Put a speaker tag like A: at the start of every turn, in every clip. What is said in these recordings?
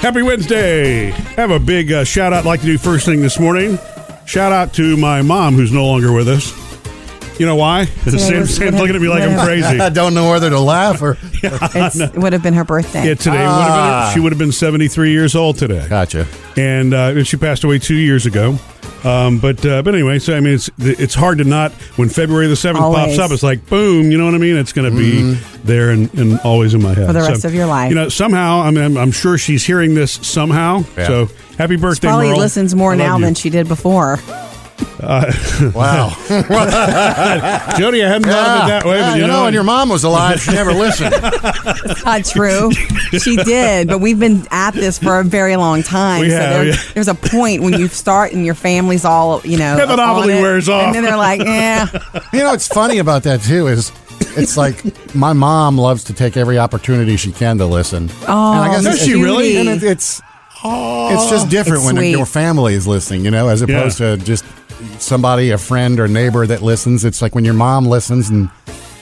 A: Happy Wednesday. I have a big uh, shout out I'd like to do first thing this morning. Shout out to my mom who's no longer with us. You know why?
B: Today
A: Sam's,
B: was-
A: Sam's looking at me like I'm crazy.
C: I don't know whether to laugh or.
B: It's, It would have been her birthday.
A: Yeah, today would have been, she would have been 73 years old today.
C: Gotcha.
A: and uh, and she passed away two years ago. Um, but uh, but anyway, so I mean, it's it's hard to not when February the seventh pops
B: Always.
A: up. It's like boom, you know what I mean? It's going to be
C: Mm-hmm.
A: there and, and always in my head
B: For the rest of your life.
A: You know, somehow I mean, I'm, I'm sure she's hearing this somehow.
C: Yeah.
A: So happy
B: She
A: birthday,
B: probably
A: Merle.
B: listens more
A: I love
B: now
A: you.
B: than she did before.
C: Wow.
A: Jody. I hadn't thought of it that way,
C: Yeah,
A: but you, know,
C: when your mom was alive, she never listened.
B: Not Uh, true. she did, but we've been at this for a very long time.
A: We
B: so
A: have,
B: there-
A: yeah.
B: there's a point when you start and your family's all, you know,
A: That
B: on
A: novelty
B: it,
A: wears off.
B: and then they're like, "Eh, "Yeah,
C: You know, what's funny about that too is it's like my mom loves to take every opportunity she can to listen.
B: Oh,
C: and I guess
A: Does
C: it-
A: she really?
C: And it, it's it's just different
B: It's
C: when
B: sweet.
C: your family is listening, you know, as opposed to just somebody, a friend or neighbor that listens. It's like when your mom listens, and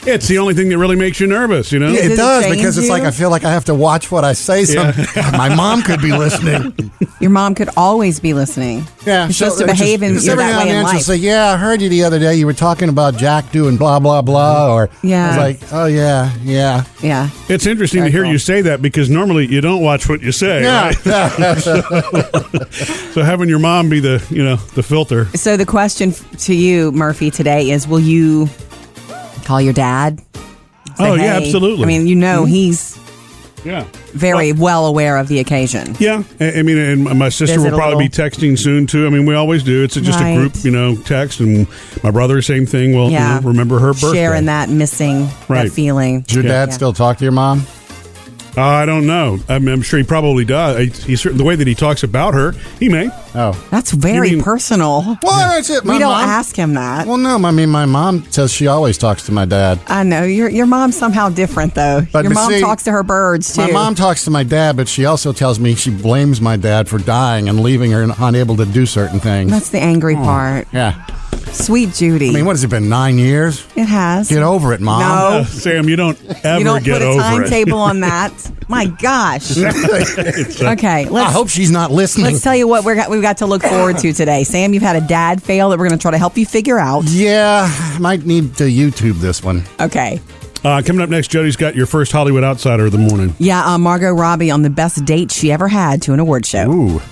A: it's the only thing that really makes you nervous. You know,
C: it,
B: it
C: does
B: change
C: because it's like
B: you?
C: I feel like I have to watch what I say. So my mom could be listening.
B: your mom could always be listening.
C: Yeah,
B: She's
C: so-
B: supposed to
C: which is-
B: behave in
C: just
B: that
C: every now
B: way
C: and
B: in
C: then she'll
B: life."
C: say, "Yeah, I heard you the other day. You were talking about Jack doing blah blah blah," or
B: Yeah.
C: I was like, "Oh yeah, yeah,
B: yeah,
A: it's interesting to
B: Very
A: hear
B: cool.
A: you say that because normally you don't watch what you say.
C: yeah."
A: right? So having your mom be the you know the filter.
B: So the question f- to you, Murphy, today is: Will you call your dad? Say,
A: oh yeah,
B: "Hey,"
A: absolutely. Mm-hmm.
B: I mean, you know, he's
A: yeah.
B: very well aware of the occasion.
A: Yeah, I I mean, and my sister
B: Visit
A: will
B: a
A: probably be texting soon too. I mean, we always do. It's just a
B: Right.
A: group, you know, text, and my brother, same thing. Will you
B: Yeah,
A: know, remember her birthday.
B: sharing that missing
A: Right.
B: that feeling.
C: Does your
A: Yeah.
C: dad still talk to your mom?
A: Uh, I don't know. I mean, I'm sure he probably does. He, he certain the way that he talks about her, he may.
C: Oh,
B: That's very
A: mean-
B: personal.
C: well, that's it.
B: we don't ask him that.
C: Well, no, I mean, my mom says she always talks to my dad.
B: I know your your mom's somehow different though.
C: But
B: your mom
C: see,
B: talks to her birds too.
C: My mom talks to my dad, but she also tells me she blames my dad for dying and leaving her unable to do certain things.
B: That's the angry
A: Oh.
B: part.
C: yeah.
B: Sweet Judy.
C: I mean, what has it been? Nine years?
B: it has.
C: Get over it, mom.
B: No.
A: Uh, Sam, you don't ever
B: Oh. you don't
A: get
B: put a
A: over it.
B: timetable on that. My gosh.
A: uh,
B: okay,
C: I
B: let's
C: hope she's not listening.
B: let's tell you what we're got, we've got to look forward to today. Sam, you've had a dad fail that we're going to try to help you figure out.
C: yeah, I might need to YouTube this one.
B: Okay.
A: Uh, coming up next, Jody's got your first Hollywood Outsider of the morning.
B: Yeah, uh, Margot Robbie on the best date she ever had to an award show.
C: Ooh.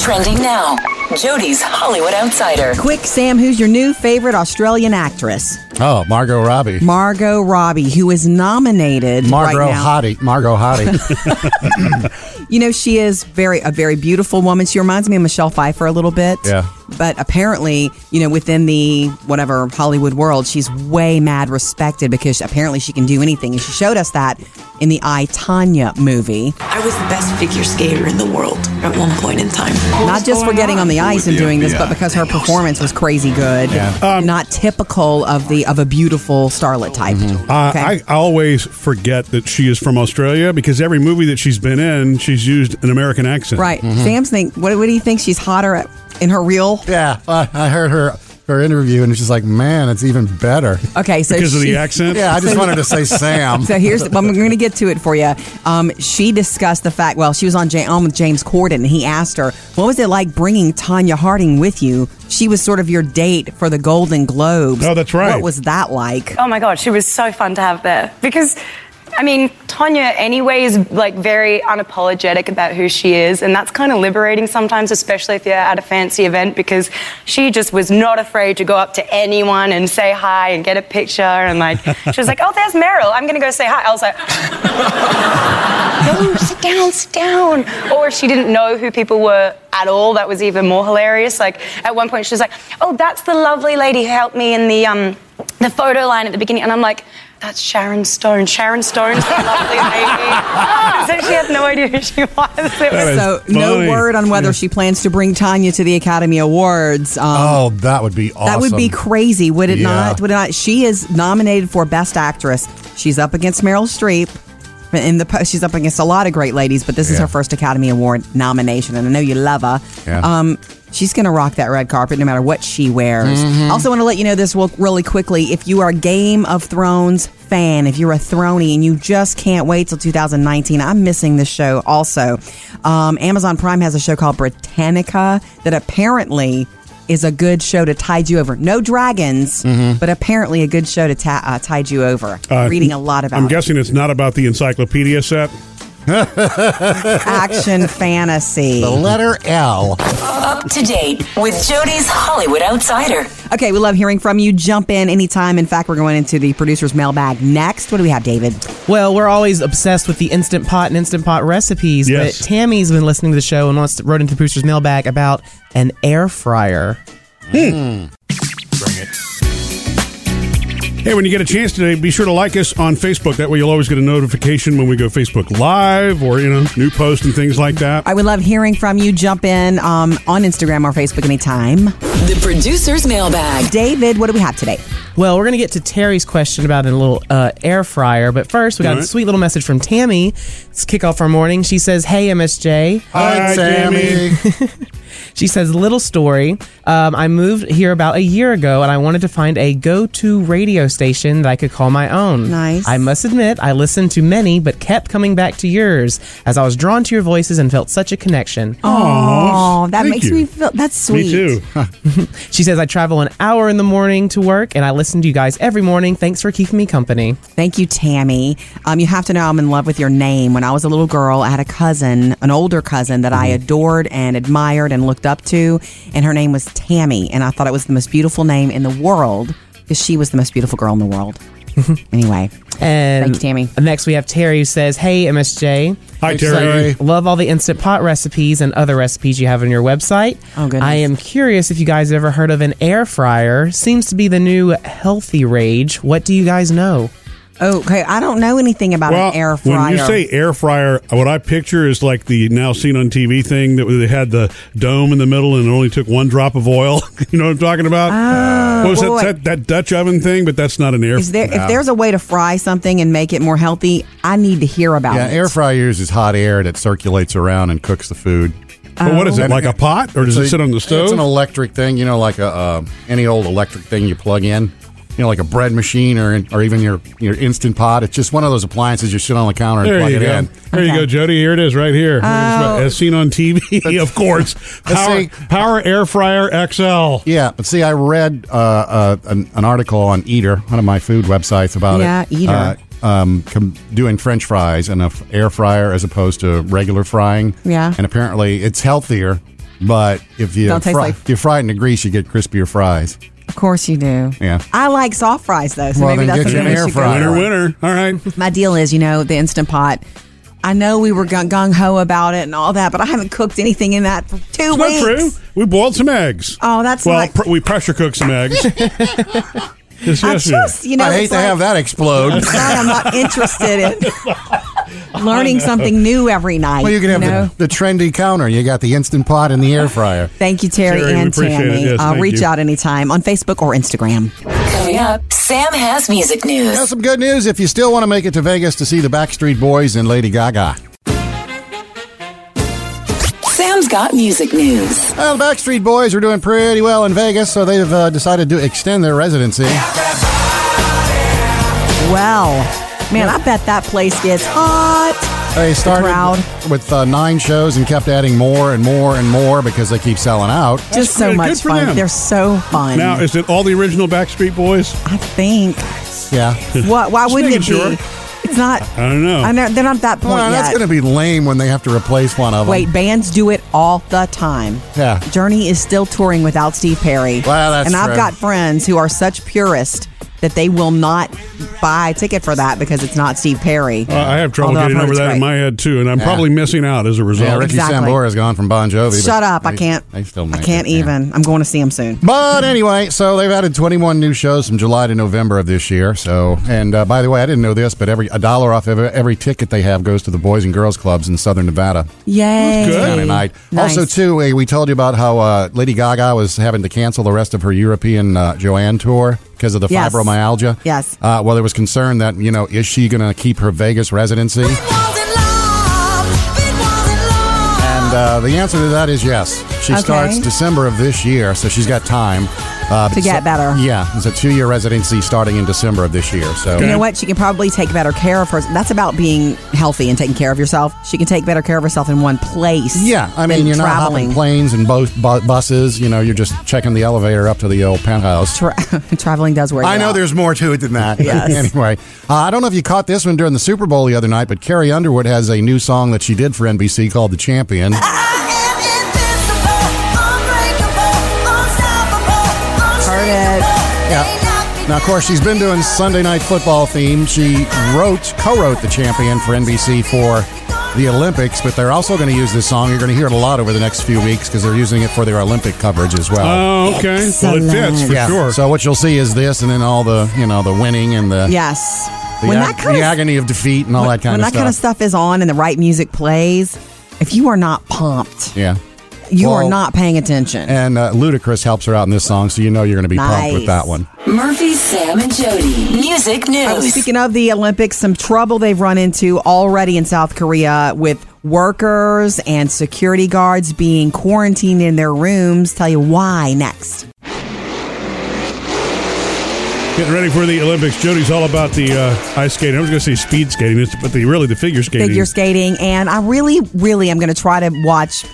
D: Trending now. Jody's Hollywood Outsider.
B: Quick, Sam, who's your new favorite Australian actress?
C: Oh, Margot Robbie.
B: Margot Robbie, who is nominated
C: Margot
B: right now.
C: Hottie. Margot Hottie.
B: You know, she is very a very beautiful woman. She reminds me of Michelle Pfeiffer a little bit.
C: Yeah.
B: But apparently, you know, within the whatever Hollywood world, she's way mad respected because apparently she can do anything. And she showed us that in the I Tanya movie.
E: I was the best figure skater in the world at one point in time.
B: Not just for getting on the ice and doing this, but because her performance was crazy good.
C: Yeah.
A: Um,
B: Not typical of the of a beautiful starlet type.
C: Mm-hmm.
A: Uh,
B: Okay.
A: I always forget that she is from Australia because every movie that she's been in, she's used an American accent.
B: right. Sam's think what, what do you think she's hotter at in her real
C: yeah, I, I heard her her interview, and she's like, man, it's even better.
B: Okay, so
A: Because of the
B: she-
A: accent.
C: Yeah, I just wanted to say Sam.
B: So here's, I'm going to get to it for you. Um, she discussed the fact, well, she was on, J- on with James Corden, and he asked her, what was it like bringing Tanya Harding with you? She was sort of your date for the Golden Globes.
A: Oh, that's right.
B: What was that like?
F: Oh my God, she was so fun to have there. Because, I mean, Tanya, anyway, is like very unapologetic about who she is. And that's kind of liberating sometimes, especially if you're at a fancy event, because she just was not afraid to go up to anyone and say hi and get a picture. And like, she was like, oh, there's Meryl. I'm going to go say hi. I was like, no, sit down, sit down. Or if she didn't know who people were at all, that was even more hilarious. Like at one point she was like, Oh, that's the lovely lady who helped me in the um the photo line at the beginning. And I'm like, that's Sharon Stone. Sharon Stone's the lovely lady. so she had no idea who she was. It was
A: is
B: So no
A: funny.
B: word on whether
A: Yeah.
B: she plans to bring Tanya to the Academy Awards. Um,
C: Oh, that would be awesome.
B: That would be crazy, would it
C: Yeah.
B: not? Would it not? She is nominated for Best Actress. She's up against Meryl Streep. In the po- she's up against a lot of great ladies, but this is
C: Yeah.
B: her first Academy Award nomination, and I know you love her.
C: Yeah.
B: Um, She's going to rock that red carpet no matter what she wears. Also, want to let you know this real- really quickly. If you are a Game of Thrones fan, if you're a Throny and you just can't wait till 2019, I'm missing this show also. Um, Amazon Prime has a show called Britannica that apparently is a good show to tide you over. No dragons, but apparently a good show to ta- uh, tide you over. Reading a lot about
A: I'm guessing it's not about the encyclopedia set.
B: action fantasy.
C: The letter L.
D: Up to date with Jody's Hollywood Outsider.
B: Okay, we love hearing from you. Jump in anytime. In fact, we're going into the producer's mailbag next. What do we have, David?
G: Well, we're always obsessed with the Instant Pot and Instant Pot recipes,
A: Yes.
G: but Tammy's been listening to the show and wants to, wrote into the producer's mailbag about an air fryer.
A: Hey, when you get a chance today, be sure to like us on Facebook. That way you'll always get a notification when we go Facebook Live or, you know, new posts and things like that.
B: I would love hearing from you. Jump in um, on Instagram or Facebook anytime.
D: The producer's mailbag.
B: David, what do we have today?
G: Well, we're going to get to Terry's question about a little uh, air fryer, but first we got
A: All right.
G: a sweet little message from Tammy. Let's kick off our morning. She says, Hey, MSJ.
A: Hi, Tammy.
G: She says, Little story. Um, I moved here about a year ago and I wanted to find a go to radio station that I could call my own.
B: Nice.
G: I must admit, I listened to many, but kept coming back to yours as I was drawn to your voices and felt such a connection.
B: Oh, that
A: thank
B: makes
A: you.
B: me feel that's sweet.
A: Me too.
G: She says, I travel an hour in the morning to work and I listen to you guys every morning. Thanks for keeping me company.
B: Thank you, Tammy. Um, you have to know I'm in love with your name. When I was a little girl, I had a cousin, an older cousin that I
A: Mm-hmm.
B: adored and admired and looked up to, and her name was Tammy, and I thought it was the most beautiful name in the world because she was the most beautiful girl in the world.
A: Mm-hmm.
B: anyway,
G: And
B: Thank you, Tammy.
G: Um, Next, we have Terry who says, Hey,
A: Hi,
G: MSJ.
C: Thanks,
A: Terry.
C: Terry.
G: Love all the instant pot recipes and other recipes you have on your website.
B: Oh, goodness.
G: I am curious if you guys ever heard of an air fryer. Seems to be the new healthy rage. What do you guys know?
B: okay, I don't know anything about
A: Well,
B: an air fryer.
A: when you say air fryer, what I picture is like the now seen on TV thing that they had the dome in the middle and it only took one drop of oil. you know what I'm talking about? what was
B: wait,
A: that,
B: wait,
A: that, that Dutch oven thing? But that's not an air
B: Oh, Is there if there's a way to fry something and make it more healthy, I need to hear about
C: Yeah,
B: it.
C: air fryers is hot air that circulates around and cooks the food.
A: But what is
B: Oh.
A: it, like a pot? Or does it
C: So
A: sit on the stove?
C: It's an electric thing, you know, like a uh, any old electric thing you plug in. You know, like a bread machine or or even your your instant pot. It's just one of those appliances you sit on the counter and
A: there
C: plug
A: you
C: it
A: go.
C: in.
A: There you
B: Okay. Oh.
A: go, Jody. Here it is, right here. Look at this, As seen on TV, of course.
C: Let's
A: Power,
C: see.
A: Power Air Fryer XL.
C: Yeah, but see, I read uh, uh, an, an article on Eater, one of my food websites, about it.
B: Yeah, Eater.
C: Uh, um, com- doing French fries in a f- air fryer as opposed to regular frying.
B: Yeah.
C: and apparently it's healthier, but if you
B: Don't taste
C: fry,
B: like-
C: if you fry it in the grease, you get crispier fries.
B: of course you do.
C: Yeah.
B: I like soft fries though, so
C: Well,
B: maybe
C: then
B: that's
C: get you
B: something
C: an
B: we
C: air
B: should go
C: fryer.
A: Winner,
B: for.
A: winner. All right.
B: My deal is, you know, the instant pot. I know we were gung ho about it and all that, but I haven't cooked anything in that for two
A: It's
B: weeks.
A: not true. We boiled some eggs.
B: Oh, that's
A: well.
B: not-
A: pr- we pressure cooked some eggs. Just
B: I
A: yesterday.
B: just, you know,
C: I hate
B: it's
C: to
B: like,
C: have that explode.
B: Sorry, I'm not interested in learning something new every night.
C: well, you can have
B: know?
C: the, the trendy counter. You got the instant pot and the air fryer.
B: Thank you, Terry,
A: Terry, we
B: and
A: appreciate it.
B: Tammy.
A: Yes,
B: uh,
A: thank
B: reach
A: you.
B: out anytime on Facebook or Instagram.
D: Coming up, Sam has music
C: Now,
D: news.
C: some good news if you still want to make it to Vegas to see the Backstreet Boys and Lady Gaga.
D: Sam's got music news.
C: Well, the Backstreet Boys are doing pretty well in Vegas, so they've uh, decided to extend their residency.
B: Well, man, I bet that place gets hot.
C: They started
B: crowd.
C: with uh, nine shows and kept adding more and more and more because they keep selling out.
B: Just so
A: good.
B: much
A: Good for
B: fun.
A: them.
B: They're so fun.
A: Now, is it all the original Backstreet Boys?
B: I think.
C: Yeah.
B: What? Why wouldn't it be?
A: making sure.
B: It's not.
A: I don't know.
B: I know they're not at that point
C: Well,
B: yet.
C: that's going to be lame when they have to replace one of them.
B: Wait, bands do it all the time.
C: Yeah.
B: Journey is still touring without Steve Perry.
C: Well, that's
B: And I've
C: true.
B: got friends who are such purists that they will not buy a ticket for that because it's not Steve Perry.
A: Uh, I have trouble
B: Although I've
A: getting
B: heard
A: over
B: Oh, it's
A: that in
B: great.
A: my head too, and I'm probably missing out as a result.
C: Yeah, Ricky
B: Exactly.
C: Sambora's gone from Bon Jovi. but
B: Shut up! I
C: they-
B: can't.
C: They still
B: I
C: make
B: can't
C: it, yeah.
B: even. I'm going to see him soon.
C: But anyway, so they've added 21 new shows from July to November of this year. So, and uh, by the way, I didn't know this, but every a dollar off of every ticket they have goes to the Boys and Girls Clubs in Southern Nevada.
B: Yay!
A: Good.
C: Saturday night.
B: Nice.
C: Also, too, eh, we told you about how uh, Lady Gaga was having to cancel the rest of her European uh, Joanne tour because of the
B: Yes.
C: fibromyalgia.
B: Yes.
C: Uh, well, there was concern that you know, is she going to keep her Vegas residency? And uh, the answer to that is yes. She
B: Okay.
C: starts December of this year, so she's got time uh,
B: To get
C: so-
B: better.
C: Yeah, it's a two-year residency starting in December of this year. So
B: You know what? She can probably take better care of her. That's about being healthy and taking care of yourself. She can take better care of herself in one place.
C: Yeah, I
B: than
C: mean, you're not
B: traveling.
C: hopping planes and both bu- buses. You know, you're just checking the elevator up to the old penthouse.
B: Tra- traveling does work.
C: I know there's more to it than that.
B: Yes.
C: anyway, uh, I don't know if you caught this one during the Super Bowl the other night, but Carrie Underwood has a new song that she did for NBC called "The Champion."
B: Heard it.
C: Yeah. Now, of course, she's been doing Sunday Night Football theme. She wrote, co-wrote "The Champion" for NBC for the Olympics, but they're also going to use this song. You're going to hear it a lot over the next few weeks because they're using it for their Olympic coverage as well.
A: Oh, okay. Well, it fits for
C: Yeah.
A: sure.
C: So what you'll see is this, and then all the you know the winning and the
B: Yes.
C: the,
B: when
C: ag-
B: that kind
C: the
B: of
C: agony of defeat and all that kind
B: when
C: of
B: that
C: stuff.
B: kind of stuff is on and the right music plays, if you are not pumped,
C: Yeah.
B: you
C: Well,
B: are not paying attention.
C: And uh, Ludacris helps her out in this song, so you know you're going to be pumped with
B: Nice.
C: that one.
D: Murphy, Sam, and Jody. Music
B: All right, well,
D: news.
B: speaking of the Olympics, some trouble they've run into already in South Korea with workers and security guards being quarantined in their rooms. Tell you why next.
A: Getting ready for the Olympics. Jody's all about the uh, ice skating. I was going to say speed skating, it's- but the really the figure skating.
B: Figure skating, and I really, really am going to try to watch,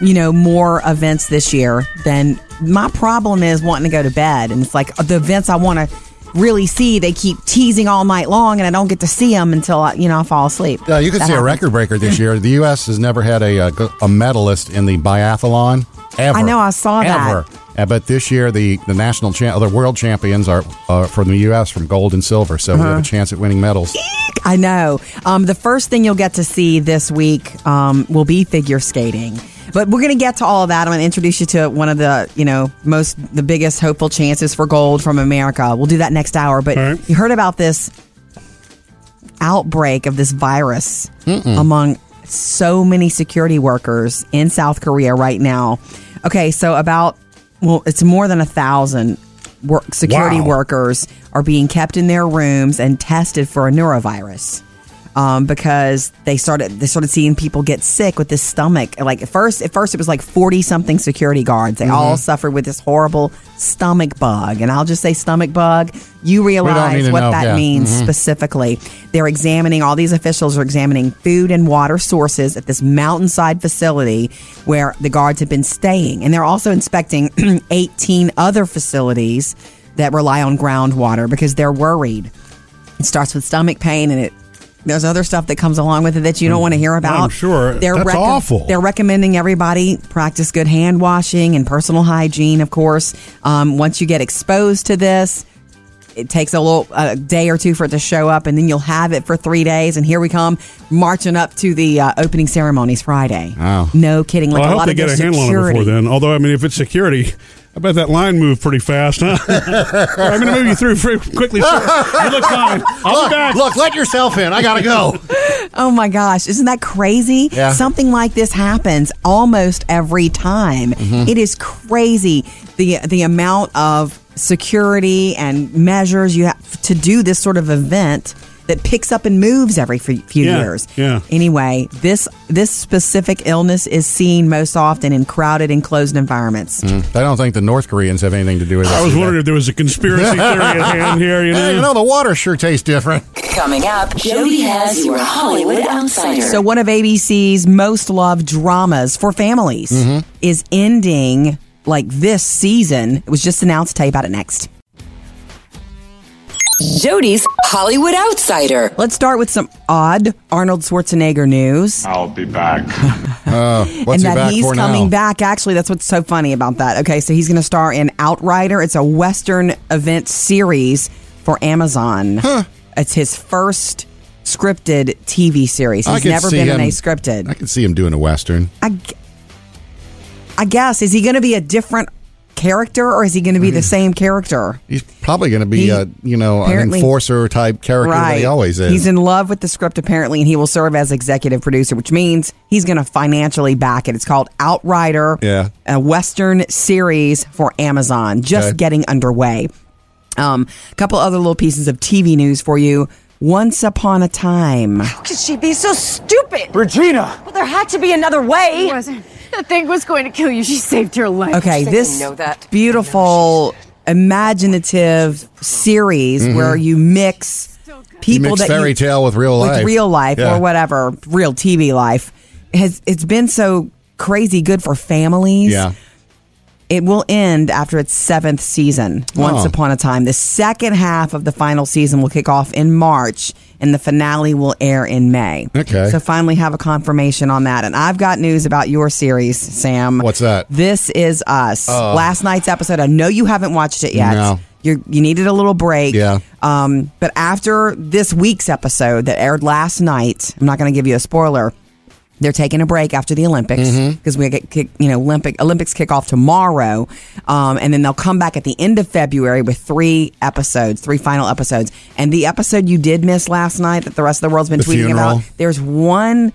B: you know, more events this year. Than my problem is wanting to go to bed, and it's like uh, the events I want to really see. They keep teasing all night long, and I don't get to see them until I, you know I fall asleep.
C: Uh, you can
B: That
C: see a
B: happens.
C: record breaker this year. The U.S. has never had a, uh, gl- a medalist in the biathlon ever.
B: I know, I saw that.
C: ever. Uh, but this year, the the national champ, the world champions are uh, from the U.S. from gold and silver, so we have
B: Uh-huh.
C: a chance at winning medals.
B: I know. Um, the first thing you'll get to see this week um, will be figure skating. But we're going to get to all of that. I'm going to introduce you to one of the, you know, most, the biggest hopeful chances for gold from America. We'll do that next hour. But
A: All right.
B: you heard about this outbreak of this virus among so many security workers in South Korea right now. Okay, so about, well, it's more than a thousand work, security
A: Wow.
B: workers are being kept in their rooms and tested for a neurovirus. Um, because they started they started seeing people get sick with this stomach like at first at first it was like 40 something security guards they
C: Mm-hmm.
B: all suffered with this horrible stomach bug and I'll just say stomach bug you
C: need
B: realize
C: to
B: what
C: know,
B: that
C: yeah. Mm-hmm.
B: means specifically. They're examining, all these officials are examining food and water sources at this mountainside facility where the guards have been staying. And they're also inspecting 18 other facilities that rely on groundwater because they're worried. It starts with stomach pain and it. There's other stuff that comes along with it that you don't want to hear about.
A: Mm, sure. That's awful.
B: They're recommending everybody practice good hand washing and personal hygiene, of course. Um, once you get exposed to this, it takes a little a day or two for it to show up, and then you'll have it for three days. And here we come marching up to the uh, opening ceremonies Friday.
C: Wow.
B: No kidding. Like
A: Well, I
B: a lot
A: hope they
B: of
A: get
B: their
A: a handle on it
B: security.
A: before then. Although, I mean, if it's security, I bet that line moved pretty fast, huh? I'm going to move you through pretty quickly. Sir. You look fine. I'll
C: look,
A: be back.
C: look, let yourself in. I gotta go.
B: Oh my gosh, isn't that crazy?
C: Yeah.
B: Something like this happens almost every time.
A: Mm-hmm.
B: It is crazy the the amount of security and measures you have to do this sort of event that picks up and moves every few few
A: Yeah,
B: years.
A: yeah.
B: Anyway, this this specific illness is seen most often in crowded enclosed environments.
A: Mm-hmm.
C: I don't think the North Koreans have anything to do with it.
A: I was wondering if there was a conspiracy theory at hand here. You know,
C: Hey, you know, the water sure tastes different.
D: Coming up, Jody has your Hollywood Outsider.
B: So one of ABC's most loved dramas for families
A: Mm-hmm.
B: is ending like this season. It was just announced. Tell you about it next.
D: Jody's Hollywood Outsider.
B: Let's start with some odd Arnold Schwarzenegger news,
H: I'll be back.
C: What's
B: and
C: he
B: that
C: back
B: he's
C: for
B: coming
C: now?
B: back. Actually, that's what's so funny about that. Okay, so he's going to star in Outrider. It's a Western event series for Amazon. It's his first scripted TV series.
C: I
B: He's
C: could
B: never
C: see
B: been in
C: him-
B: a scripted.
C: I can see him doing a western.
B: I, g- I guess is he going to be a different character or is he going to be the same character?
C: He's probably going to be
B: He-
C: a you know an
B: apparently-
C: enforcer type character that he always is.
B: He's in love with the script apparently, and he will serve as executive producer, which means he's going to financially back it. It's called Outrider,
C: Yeah.
B: a Western series for Amazon, just
C: Okay.
B: getting underway. Um, a couple other little pieces of TV news for you. Once Upon a Time.
H: How could she be so stupid?
I: Regina!
H: Well, there had to be another way.
J: wasn't. That thing was going to kill you. She saved your life.
B: Okay,
J: She-
B: this
D: know that.
B: beautiful, imaginative series where you mix people
C: Mm-hmm. mix
B: that
C: fairy
B: you,
C: tale with real
B: with
C: life.
B: real life
C: Yeah.
B: or whatever, real TV life. Has it's been so crazy good for families.
C: Yeah.
B: It will end after its seventh season, Once
C: Oh.
B: Upon a Time. The second half of the final season will kick off in March, and the finale will air in May.
C: Okay.
B: So finally have a confirmation on that. And I've got news about your series, Sam.
C: What's that? Oh.
B: This Is Us. Last night's episode. I know you haven't watched it yet.
C: No.
B: You're, you needed a little break.
C: Yeah.
B: Um, but after this week's episode that aired last night, I'm not going to give you a spoiler. They're taking a break after the Olympics
C: Mm-hmm.
B: because we get kick, you know Olympic Olympics kick off tomorrow, um, and then they'll come back at the end of February with three episodes, three final episodes. And the episode you did miss last night that the rest of the world's been
C: The
B: tweeting
C: funeral.
B: about, there's one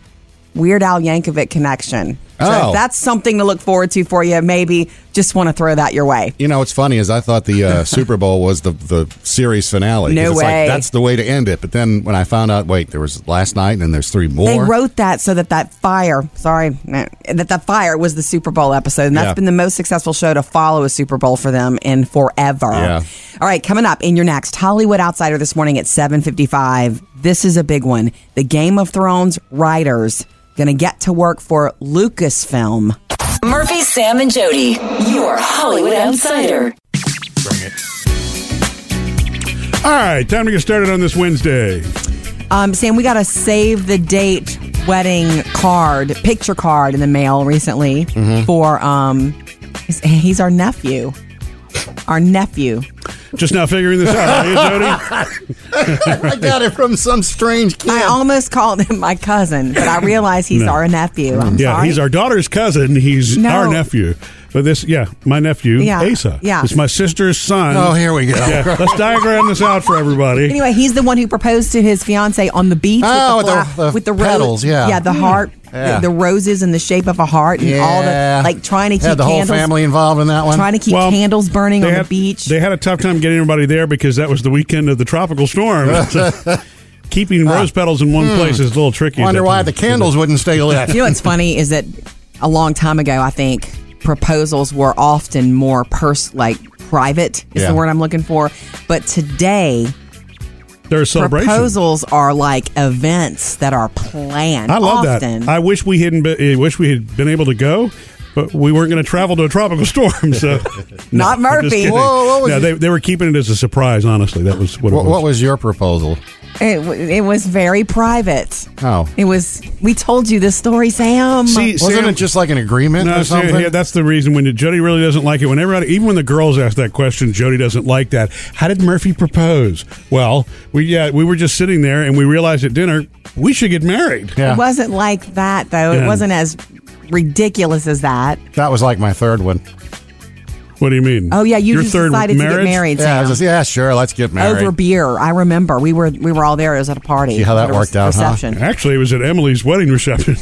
B: Weird Al Yankovic connection. So
C: Oh.
B: if that's something to look forward to for you. Maybe just want to throw that your way.
C: You know, what's funny is I thought the uh, Super Bowl was the, the series finale. 'cause
B: No
C: it's like,
B: way.
C: that's the way to end it. But then when I found out, wait, there was last night and then there's three more.
B: They wrote that so that that fire, sorry, eh, that that fire was the Super Bowl episode, and that's
C: Yeah.
B: been the most successful show to follow a Super Bowl for them in forever.
C: Yeah.
B: All right, coming up in your next Hollywood Outsider this morning at seven fifty-five. This is a big one. The Game of Thrones writers going to get to work for Lucasfilm.
D: Murphy, Sam, and Jody, your Hollywood outsider.
A: All right, time to get started on this Wednesday.
B: Um, Sam, we got a save the date wedding card, picture card in the mail recently
C: Mm-hmm.
B: for um, he's, he's our nephew. Our nephew.
A: Just now figuring this out, are you, Jody?
C: I got it from some strange kid.
B: I almost called him my cousin, but I realize he's
A: No.
B: our nephew. I'm
A: Yeah,
B: sorry.
A: he's our daughter's cousin. He's
B: No.
A: our nephew. But this, yeah, my nephew,
B: Yeah,
A: Asa.
B: yeah.
A: It's my sister's son.
C: Oh, here we go.
A: Yeah, let's diagram this out for everybody.
B: Anyway, he's the one who proposed to his fiance on the beach
C: Oh,
B: with,
C: with
B: the,
C: the-
B: fla-
C: the
B: with the
C: petals, yeah. Hmm.
B: yeah, the heart,
C: Yeah.
B: The, the roses in the shape of a heart, and all the
C: Yeah.
B: like trying to keep
C: Had the whole
B: candles,
C: family involved in that one.
B: trying to keep
A: Well,
B: candles burning
A: They
B: on
A: had,
B: the beach.
A: They had a tough time getting everybody there because that was the weekend of the tropical storm. So keeping rose petals in one place is a little tricky. at
C: Ah. Hmm. Wonder
A: that
C: why
A: time.
C: the candles wouldn't stay lit.
B: You know what's funny is that a long time ago, I think proposals were often more pers like private is
C: Yeah.
B: the word I'm looking for. But today,
A: There's a celebration.
B: proposals are like events that are planned.
A: I love
B: often.
A: that. I wish we hadn't. Been, I wish we had been able to go, but we weren't going to travel to a tropical storm. So
B: Not
A: I'm just
B: Murphy.
A: kidding.
C: Whoa, what was
A: no,
C: it?
A: they, they were keeping it as a surprise. Honestly, that was what,
C: What,
A: it was.
C: what was your proposal?
B: it, w- it was very private.
C: Oh.
B: It was. We told you this story, Sam.
A: See,
C: Wasn't
A: Sam-
C: it just like an agreement
A: No,
C: or
A: Sam,
C: something?
A: yeah, that's the reason when Jody really doesn't like it. When everybody, even when the girls ask that question, Jody doesn't like that. How did Murphy propose? Well, we yeah, we were just sitting there and we realized at dinner we should get married.
B: It
C: yeah.
B: wasn't like that though. It
A: Yeah.
B: wasn't as ridiculous as that.
C: That was like my third one.
A: What do you mean?
B: Oh yeah, you
A: Your
B: just
A: third
B: decided to get
A: marriage?
B: married.
C: Yeah, I was
B: Sam.
C: just, yeah, sure, let's get married.
B: over beer. I remember we were we were all there. It was at a party.
C: See how that
B: At a re-
C: worked out, huh?
B: Reception.
A: Actually, it was at Emily's wedding reception.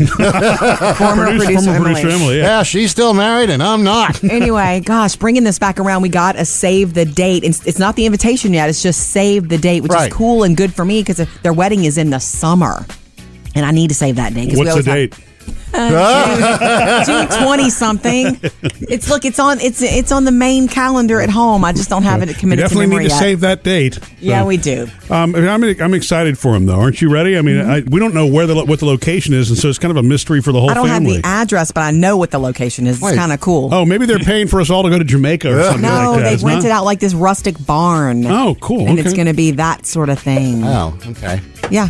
B: Former
A: Producer-
B: producer
A: former
B: Emily.
A: producer Emily. Yeah.
C: yeah, she's still married and I'm not.
B: Anyway, gosh, bringing this back around, we got a save the date. It's, it's not the invitation yet. It's just save the date, which
C: Right.
B: is cool and good for me because their wedding is in the summer, and I need to save that date. 'cause we
A: What's the
B: always have-
A: date?
B: June twenty something. It's look, it's on it's it's on the main calendar at home. I just don't have it
A: We
B: committed to
A: Uh, definitely
B: memory
A: need to
B: yet.
A: save that date.
B: yeah,
A: So,
B: we do.
A: Um, I'm, I'm excited for him though. Aren't you ready? I mean,
B: Mm-hmm.
A: I, we don't know where the lo- what the location is, and so it's kind of a mystery for the whole
B: I don't
A: family.
B: have the address, but I know what the location is. It's
C: Wait.
B: kind of cool.
A: oh, maybe they're paying for us all to go to Jamaica or something
B: no,
A: like that.
B: they've
A: It's not-
B: rented out like this rustic barn.
A: Oh, cool.
B: And it's
A: Okay. Ah.
B: going to be that sort of thing.
C: Oh, okay.
B: Yeah.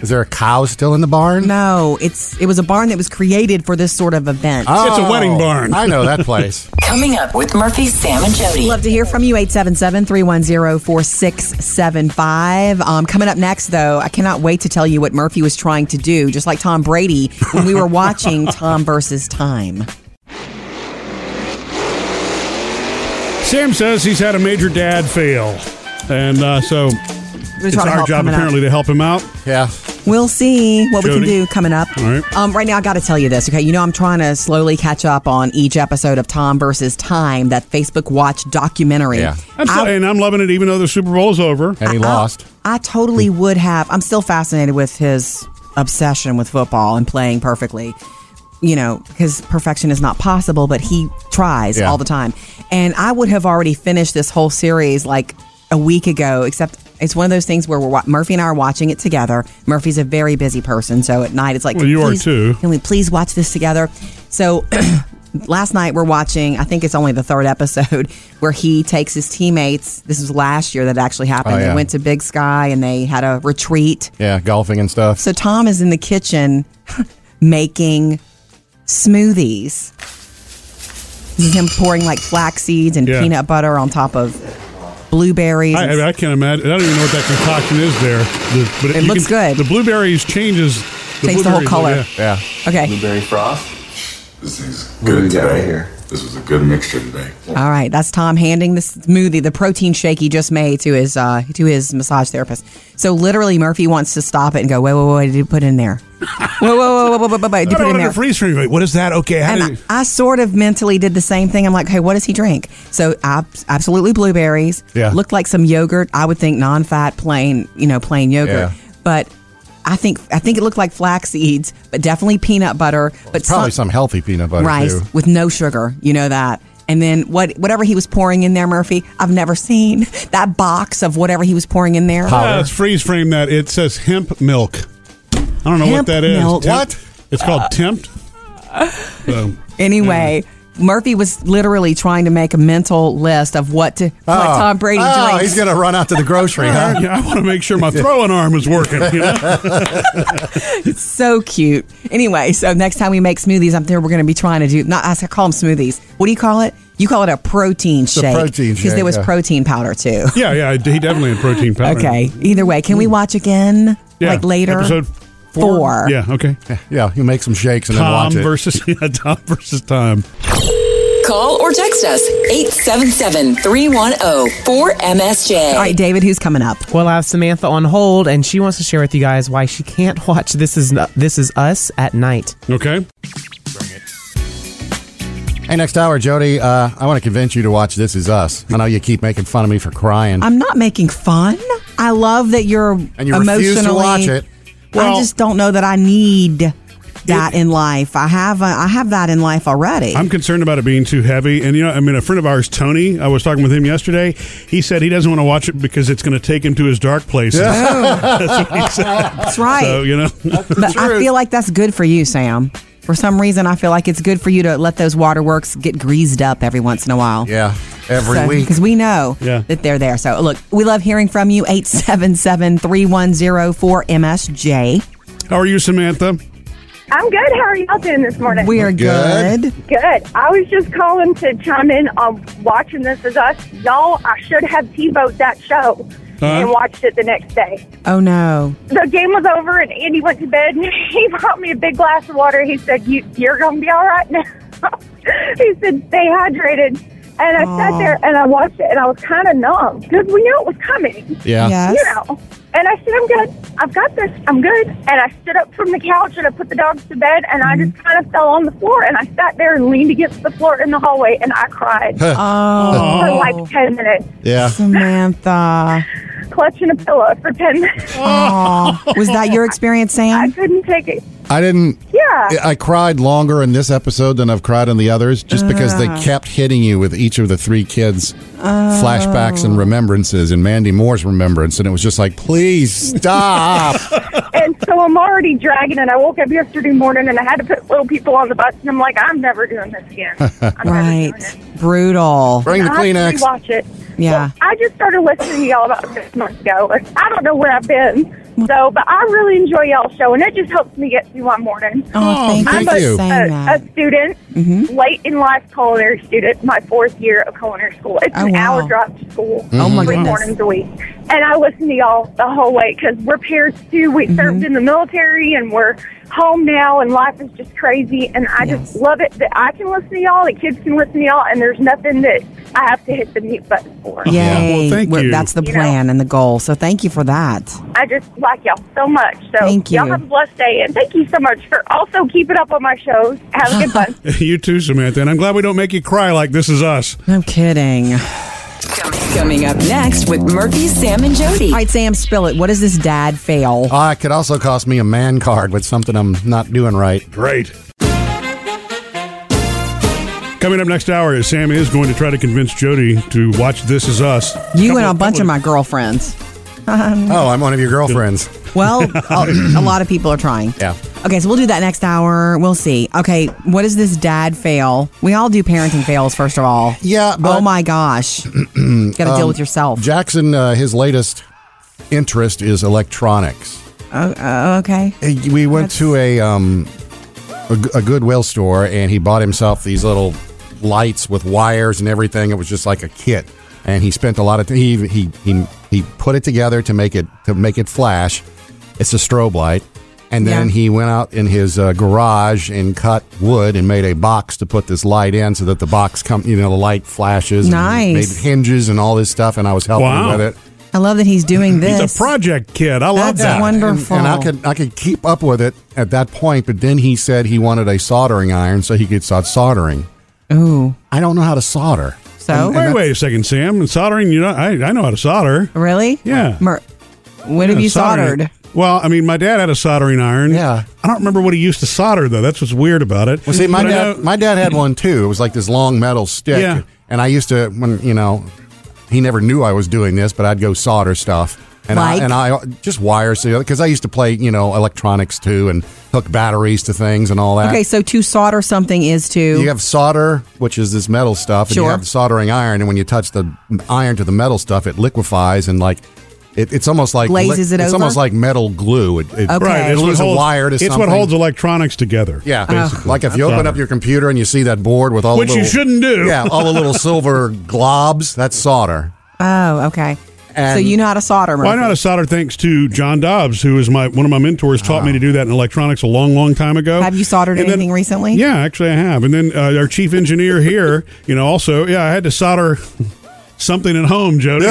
C: Is there a cow still in the barn?
B: No, it's it was a barn that was created for this sort of event.
A: It's a wedding barn.
C: Oh, I know that place.
D: Coming up with Murphy, Sam, and Jody.
B: Love to hear from you, 877-310-4675. Um, coming up next, though, I cannot wait to tell you what Murphy was trying to do, just like Tom Brady when we were watching Tom versus Time.
A: Sam says he's had a major dad fail, and uh, so
B: We're
A: it's
B: trying to
A: our
B: help
A: job
B: coming up.
A: apparently to help him out.
C: yeah.
B: We'll see what we can
A: Jody.
B: do coming up.
A: All right.
B: Um, right now, I got to tell you this, okay? You know, I'm trying to slowly catch up on each episode of Tom versus Time, that Facebook Watch documentary.
C: Yeah.
A: I'm so-
B: I-
A: and I'm loving it, even though the Super Bowl's over.
C: And he
B: I-
C: lost.
B: I totally would have. I'm still fascinated with his obsession with football and playing perfectly. You know, because perfection is not possible, but he tries
C: Yeah.
B: all the time. And I would have already finished this whole series like a week ago, except it's one of those things where we're wa- Murphy and I are watching it together. Murphy's a very busy person, so at night it's like,
A: Well, you are
B: "Please,
A: too."
B: Can we please watch this together? So last night we're watching. I think it's only the third episode where he takes his teammates. This was last year that it actually happened.
C: Oh, yeah.
B: They went to Big Sky and they had a retreat.
C: Yeah, golfing and stuff.
B: So Tom is in the kitchen making smoothies. This is him pouring like flax seeds and
A: Yeah.
B: peanut butter on top of blueberries.
A: I, I, mean, I can't imagine. I don't even know what that concoction is there. The- but
B: It
A: you
B: looks
A: can-
B: good.
A: The blueberries changes. The
B: Change the whole
A: blueberries,
B: color.
A: yeah.
C: yeah.
B: okay.
I: Blueberry frost.
K: This is
I: What do we
K: good
I: got
K: today.
I: right here?
K: This was a good mixture today.
B: All right, that's Tom handing the smoothie, the protein shake he just made to his uh, to his massage therapist. So literally, Murphy wants to stop it and go, "Wait, wait, wait! What did you put in there? Whoa, whoa, whoa, whoa, whoa, whoa, whoa! Did you
A: I
B: put
A: don't
B: in
A: want to
B: there?"
A: freeze frame. Wait, what is that? Okay, how did
B: And
A: it-
B: I, I sort of mentally did the same thing. I'm like, "Hey, what does he drink?" So ab- absolutely blueberries.
C: Yeah.
B: looked like some yogurt. I would think non-fat, plain, you know, plain yogurt.
C: Yeah.
B: But I think I think it looked like flax seeds, but definitely peanut butter. But
C: Probably
B: some-
C: some healthy peanut butter
B: rice
C: too.
B: with no sugar. You know that. And then what whatever he was pouring in there, Murphy, I've never seen that box of whatever he was pouring in there.
A: Ah, let's freeze frame that. It says hemp milk. I don't know what
B: Hemp
A: that is.
B: milk.
A: Temp-
B: What?
A: It's called tempt. So,
B: Anyway, Murphy was literally trying to make a mental list of what to what
C: Oh.
B: Tom Brady
C: oh,
B: drinks.
C: he's gonna run out to the grocery, huh?
A: yeah, I want to make sure my throwing arm is working. You know?
B: so cute. Anyway, so next time we make smoothies, I'm there. We're going to be trying to do not. I call them smoothies. What do you call it? You call it a protein
C: a
B: shake
C: protein
B: because
C: shake,
B: there was
C: yeah.
B: protein powder too.
A: yeah, yeah. He definitely had protein powder.
B: Okay. Either way, can we watch again?
A: Yeah.
B: Like later.
A: Episode
B: four.
A: Yeah. Okay.
C: Yeah, you make some shakes and then
A: Tom
C: watch it.
A: versus yeah, Tom versus Tom.
D: Call or text us 877 310 4MSJ.
B: All right, David, who's coming up?
G: We'll have Samantha on hold, and she wants to share with you guys why she can't watch This Is N- This Is Us at night.
A: Okay.
C: Hey, next hour, Jody. Uh, I want to convince you to watch This Is Us. I know you keep making fun of me for crying,
B: I'm not making fun. I love that you're
C: and you
B: emotionally.
C: refuse to watch it.
B: I
A: Well-
B: just don't know that I need that in life. I have a, I have that in life already.
A: I'm concerned about it being too heavy. And, you know, I mean, a friend of ours, Tony, I was talking with him yesterday. He said he doesn't want to watch it because it's going to take him to his dark places. That's what he said.
B: that's right.
A: So, you know,
B: but I feel like that's good for you, Sam. For some reason, I feel like it's good for you to let those waterworks get greased up every once in a while.
C: Yeah, every week.
B: Because we know
A: Yeah.
B: that they're there. So, look, we love hearing from you. 877 310 4MSJ.
A: how are you, Samantha?
J: I'm good. How are y'all doing this morning?
B: We are
C: Good.
B: good.
J: Good. I was just calling to chime in on watching This Is Us. Y'all, I should have T-voted that show and watched it the next day.
B: Oh, no.
J: The game was over, and Andy went to bed. And he brought me a big glass of water. He said, you, "You're gonna be all right now." he said, "Stay hydrated." And I
B: Aw.
J: sat there and I watched it, and I was kind of numb because we knew it was coming.
C: Yeah.
B: Yes.
J: You know. And I said, I'm good. I've got this. I'm good. And I stood up from the couch and I put the dogs to bed and I
B: Mm-hmm.
J: just kind of fell on the floor and I sat there and leaned against the floor in the hallway and I cried
B: Oh,
J: for like 10 minutes,
C: Yeah.
B: Samantha.
J: clutching a pillow for 10 minutes.
B: Oh. Aw. was that your experience,
J: I
B: Sam?
J: couldn't take it.
C: I didn't.
J: Yeah.
C: I cried longer in this episode than I've cried in the others, just because they
B: Ah.
C: kept hitting you with each of the three kids'
B: Oh.
C: flashbacks and remembrances, and Mandy Moore's remembrance, and it was just like, please stop.
J: And so I'm already dragging it. I woke up yesterday morning and I had to put little people on the bus and I'm like, I'm never doing this again. I'm
B: Right.
J: never doing it.
B: Brutal.
C: Bring the
J: I have
C: Kleenex.
J: to watch it.
B: Yeah.
J: Well, I just started listening to y'all about six months ago. and I don't know where I've been, so but I really enjoy y'all show, and it just helps me get through my morning.
B: Oh, thank,
C: thank
B: you for
C: you.
B: saying
J: A,
B: that. Mm-hmm.
J: a student, late in life culinary student, my fourth year of culinary school. It's
B: Oh,
J: an
B: wow.
J: hour drive to school.
B: Oh, my
J: three
B: goodness.
J: mornings a week. And I listened to y'all the whole way because we're parents too.
B: Mm-hmm.
J: We served in the military and we're home now, and life is just crazy. And I just love it that I can listen to y'all, the kids can listen to y'all, and there's nothing that I have to hit the mute button for.
B: Yay.
A: Well, thank
B: Well,
A: you.
B: That's the
J: You know.
B: plan and the goal. So thank you for that.
J: I just like y'all so much. So
B: Thank you.
J: all have a blessed day, and thank you so much for also keeping up on my shows. Have a good one.
A: you too, Samantha. And I'm glad we don't make you cry like this is us.
B: No kidding.
D: Coming up next with Murphy, Sam, and Jody.
B: All right, Sam, spill it. What does this dad fail?
C: Ah, it could also cost me a man card with something I'm not doing right.
A: Great. Coming up next hour, is Sam is going to try to convince Jody to watch This Is Us.
B: You
A: Couple-
B: and a bunch
A: couple
B: of my girlfriends. Mm.
C: Oh, I'm one of your girlfriends.
B: Well, a, a lot of people are trying.
C: Yeah.
B: Okay, so we'll do that next hour. We'll see. Okay, what is this dad fail? We all do parenting fails, first of all.
C: Yeah, but- Um,
B: oh my gosh. Got to deal with yourself.
C: Jackson, uh, his latest interest is electronics.
B: oh, uh, okay.
C: Uh, We went to a um a, g- a Goodwill store and he bought himself these little lights with wires and everything. It was just like a kit, and he spent a lot of t- he he he he put it together to make it to make it flash. It's a strobe light, and then
B: Yeah.
C: he went out in his uh, garage and cut wood and made a box to put this light in, so that the box come you know the light flashes. and he
B: Nice.
C: made hinges and all this stuff, and I was helping
A: Wow.
C: with it.
B: I love that he's doing this.
A: He's a project kid. I love
B: That's
A: that.
B: one-
C: And-
B: Wonderful.
C: And, I could I could keep up with it at that point, but then he said he wanted a soldering iron so he could start soldering.
B: Ooh.
C: I don't know how to solder.
B: So?
A: wait, wait a second, Sam. And soldering, you know, I, I know how to solder.
B: Really?
A: Yeah.
B: Mer- when have
A: Yeah,
B: you
A: soldering.
B: soldered?
A: Well, I mean, my dad had a soldering iron.
C: Yeah.
A: I don't remember what he used to solder though. That's what's weird about it.
C: Well, see, my
A: But I
C: dad,
A: know-
C: my dad had one too. It was like this long metal stick,
A: Yeah.
C: and I used to when you know he never knew I was doing this, but I'd go solder stuff. And
B: Like?
C: I and I just wires together because I used to play you know electronics too and hook batteries to things and all that.
B: Okay, so to solder something is to.
C: You have solder, which is this metal stuff, and you
B: Sure.
C: have soldering iron. And when you touch the iron to the metal stuff, it liquefies and like it, it's almost like
B: Glazes it
C: It's
B: over?
C: almost like metal glue. It, it,
B: Okay.
A: Right, it's
C: It
A: what
C: loses a
A: holds,
C: wire to
A: It's what
C: something.
A: holds electronics together.
C: Yeah,
B: Uh-huh.
A: basically.
C: like if you
A: That's
C: open
A: all.
C: up your computer and you see that board with all
A: Which
C: the
A: you
C: little,
A: shouldn't do.
C: Yeah, all the little silver globs. That's solder.
B: oh, okay. So
C: And-
B: you know how to solder,
A: Well, I know
B: Murphy.
A: how to solder thanks to John Dobbs, who is my one of my mentors, taught me to do that in electronics a long, long time ago.
B: Have you soldered
A: And then-
B: anything recently?
A: Yeah, actually, I have. And then uh, our chief engineer here, you know, also, yeah, I had to solder something at home, Jody.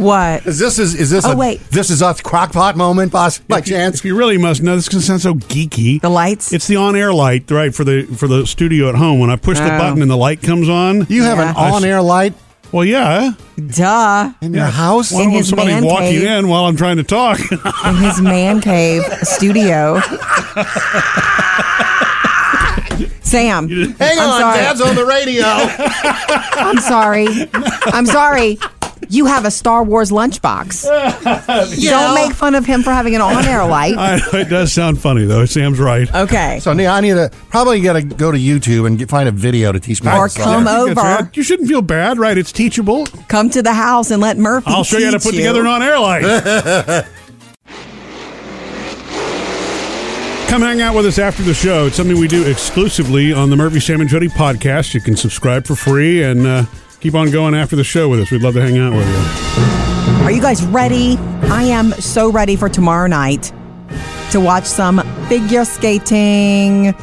B: What?
C: Is this is is this
B: Oh,
C: a
B: wait.
C: this is a crockpot moment, boss? By chance?
A: If you really must know, this is going to sound so geeky.
B: The lights?
A: It's the on-air light, right, for the for the studio at home. When I push the
B: Oh.
A: button and the light comes on.
C: You have
B: Yeah.
C: an on-air light
A: Well, yeah.
B: Duh.
C: in your house?
A: Well, I
B: In
A: don't want
B: his
A: somebody
B: man
A: walking
B: cave.
A: in while I'm trying to talk.
B: In his man cave studio. Sam.
C: Hang
B: I'm
C: on,
B: sorry.
C: Dad's on the radio.
B: I'm sorry. I'm sorry. You have a Star Wars lunchbox. Don't make fun of him for having an on air light.
A: I know, it does sound funny though. Sam's right.
B: Okay.
C: So Neil, I need to probably got to go to YouTube and get, find a video to teach me. how
B: Or
C: to solder.
B: come
A: I think that's
B: over.
A: right. You shouldn't feel bad, right? It's teachable.
B: Come to the house and let Murphy.
A: I'll show you how to
B: teach
A: put together an on-air light. Come hang out with us after the show. It's something we do exclusively on the Murphy Sam and Jody podcast. You can subscribe for free and uh, keep on going after the show with us. We'd love to hang out with you. Uh,
B: Are you guys ready? I am so ready for tomorrow night to watch some figure skating.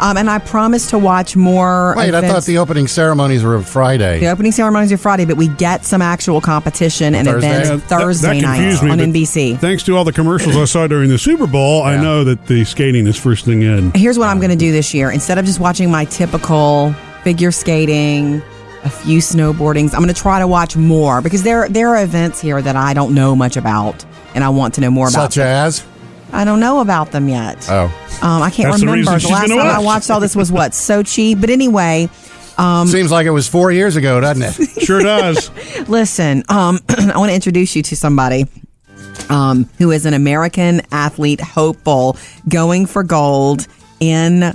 B: Um, and I promise to watch more.
C: Wait, I
B: events.
C: thought the opening ceremonies were Friday.
B: The opening ceremonies are Friday, but we get some actual competition and
C: Thursday?
B: events
C: Yeah,
A: Uh, that-
B: Thursday
A: that confused
B: night
A: me,
B: on
A: but
B: NBC.
A: Thanks to all the commercials I saw during the Super Bowl, I
C: Yeah.
A: know that the skating is first thing in.
B: Here's what I'm going to do this year. Instead of just watching my typical figure skating, a few snowboardings, I'm going to try to watch more because there there are events here that I don't know much about and I want to know more about.
C: Such as
B: I don't know about them yet.
C: oh,
B: Um, I can't
A: That's the
B: remember.
A: reason
B: The,
A: she's
B: last time
A: gonna
B: I
A: watch.
B: watched all this was what Sochi. But anyway, Um,
C: seems like it was four years ago, doesn't it?
A: Sure does.
B: listen. Um, I want to introduce you to somebody. Um, who is an American athlete hopeful going for gold in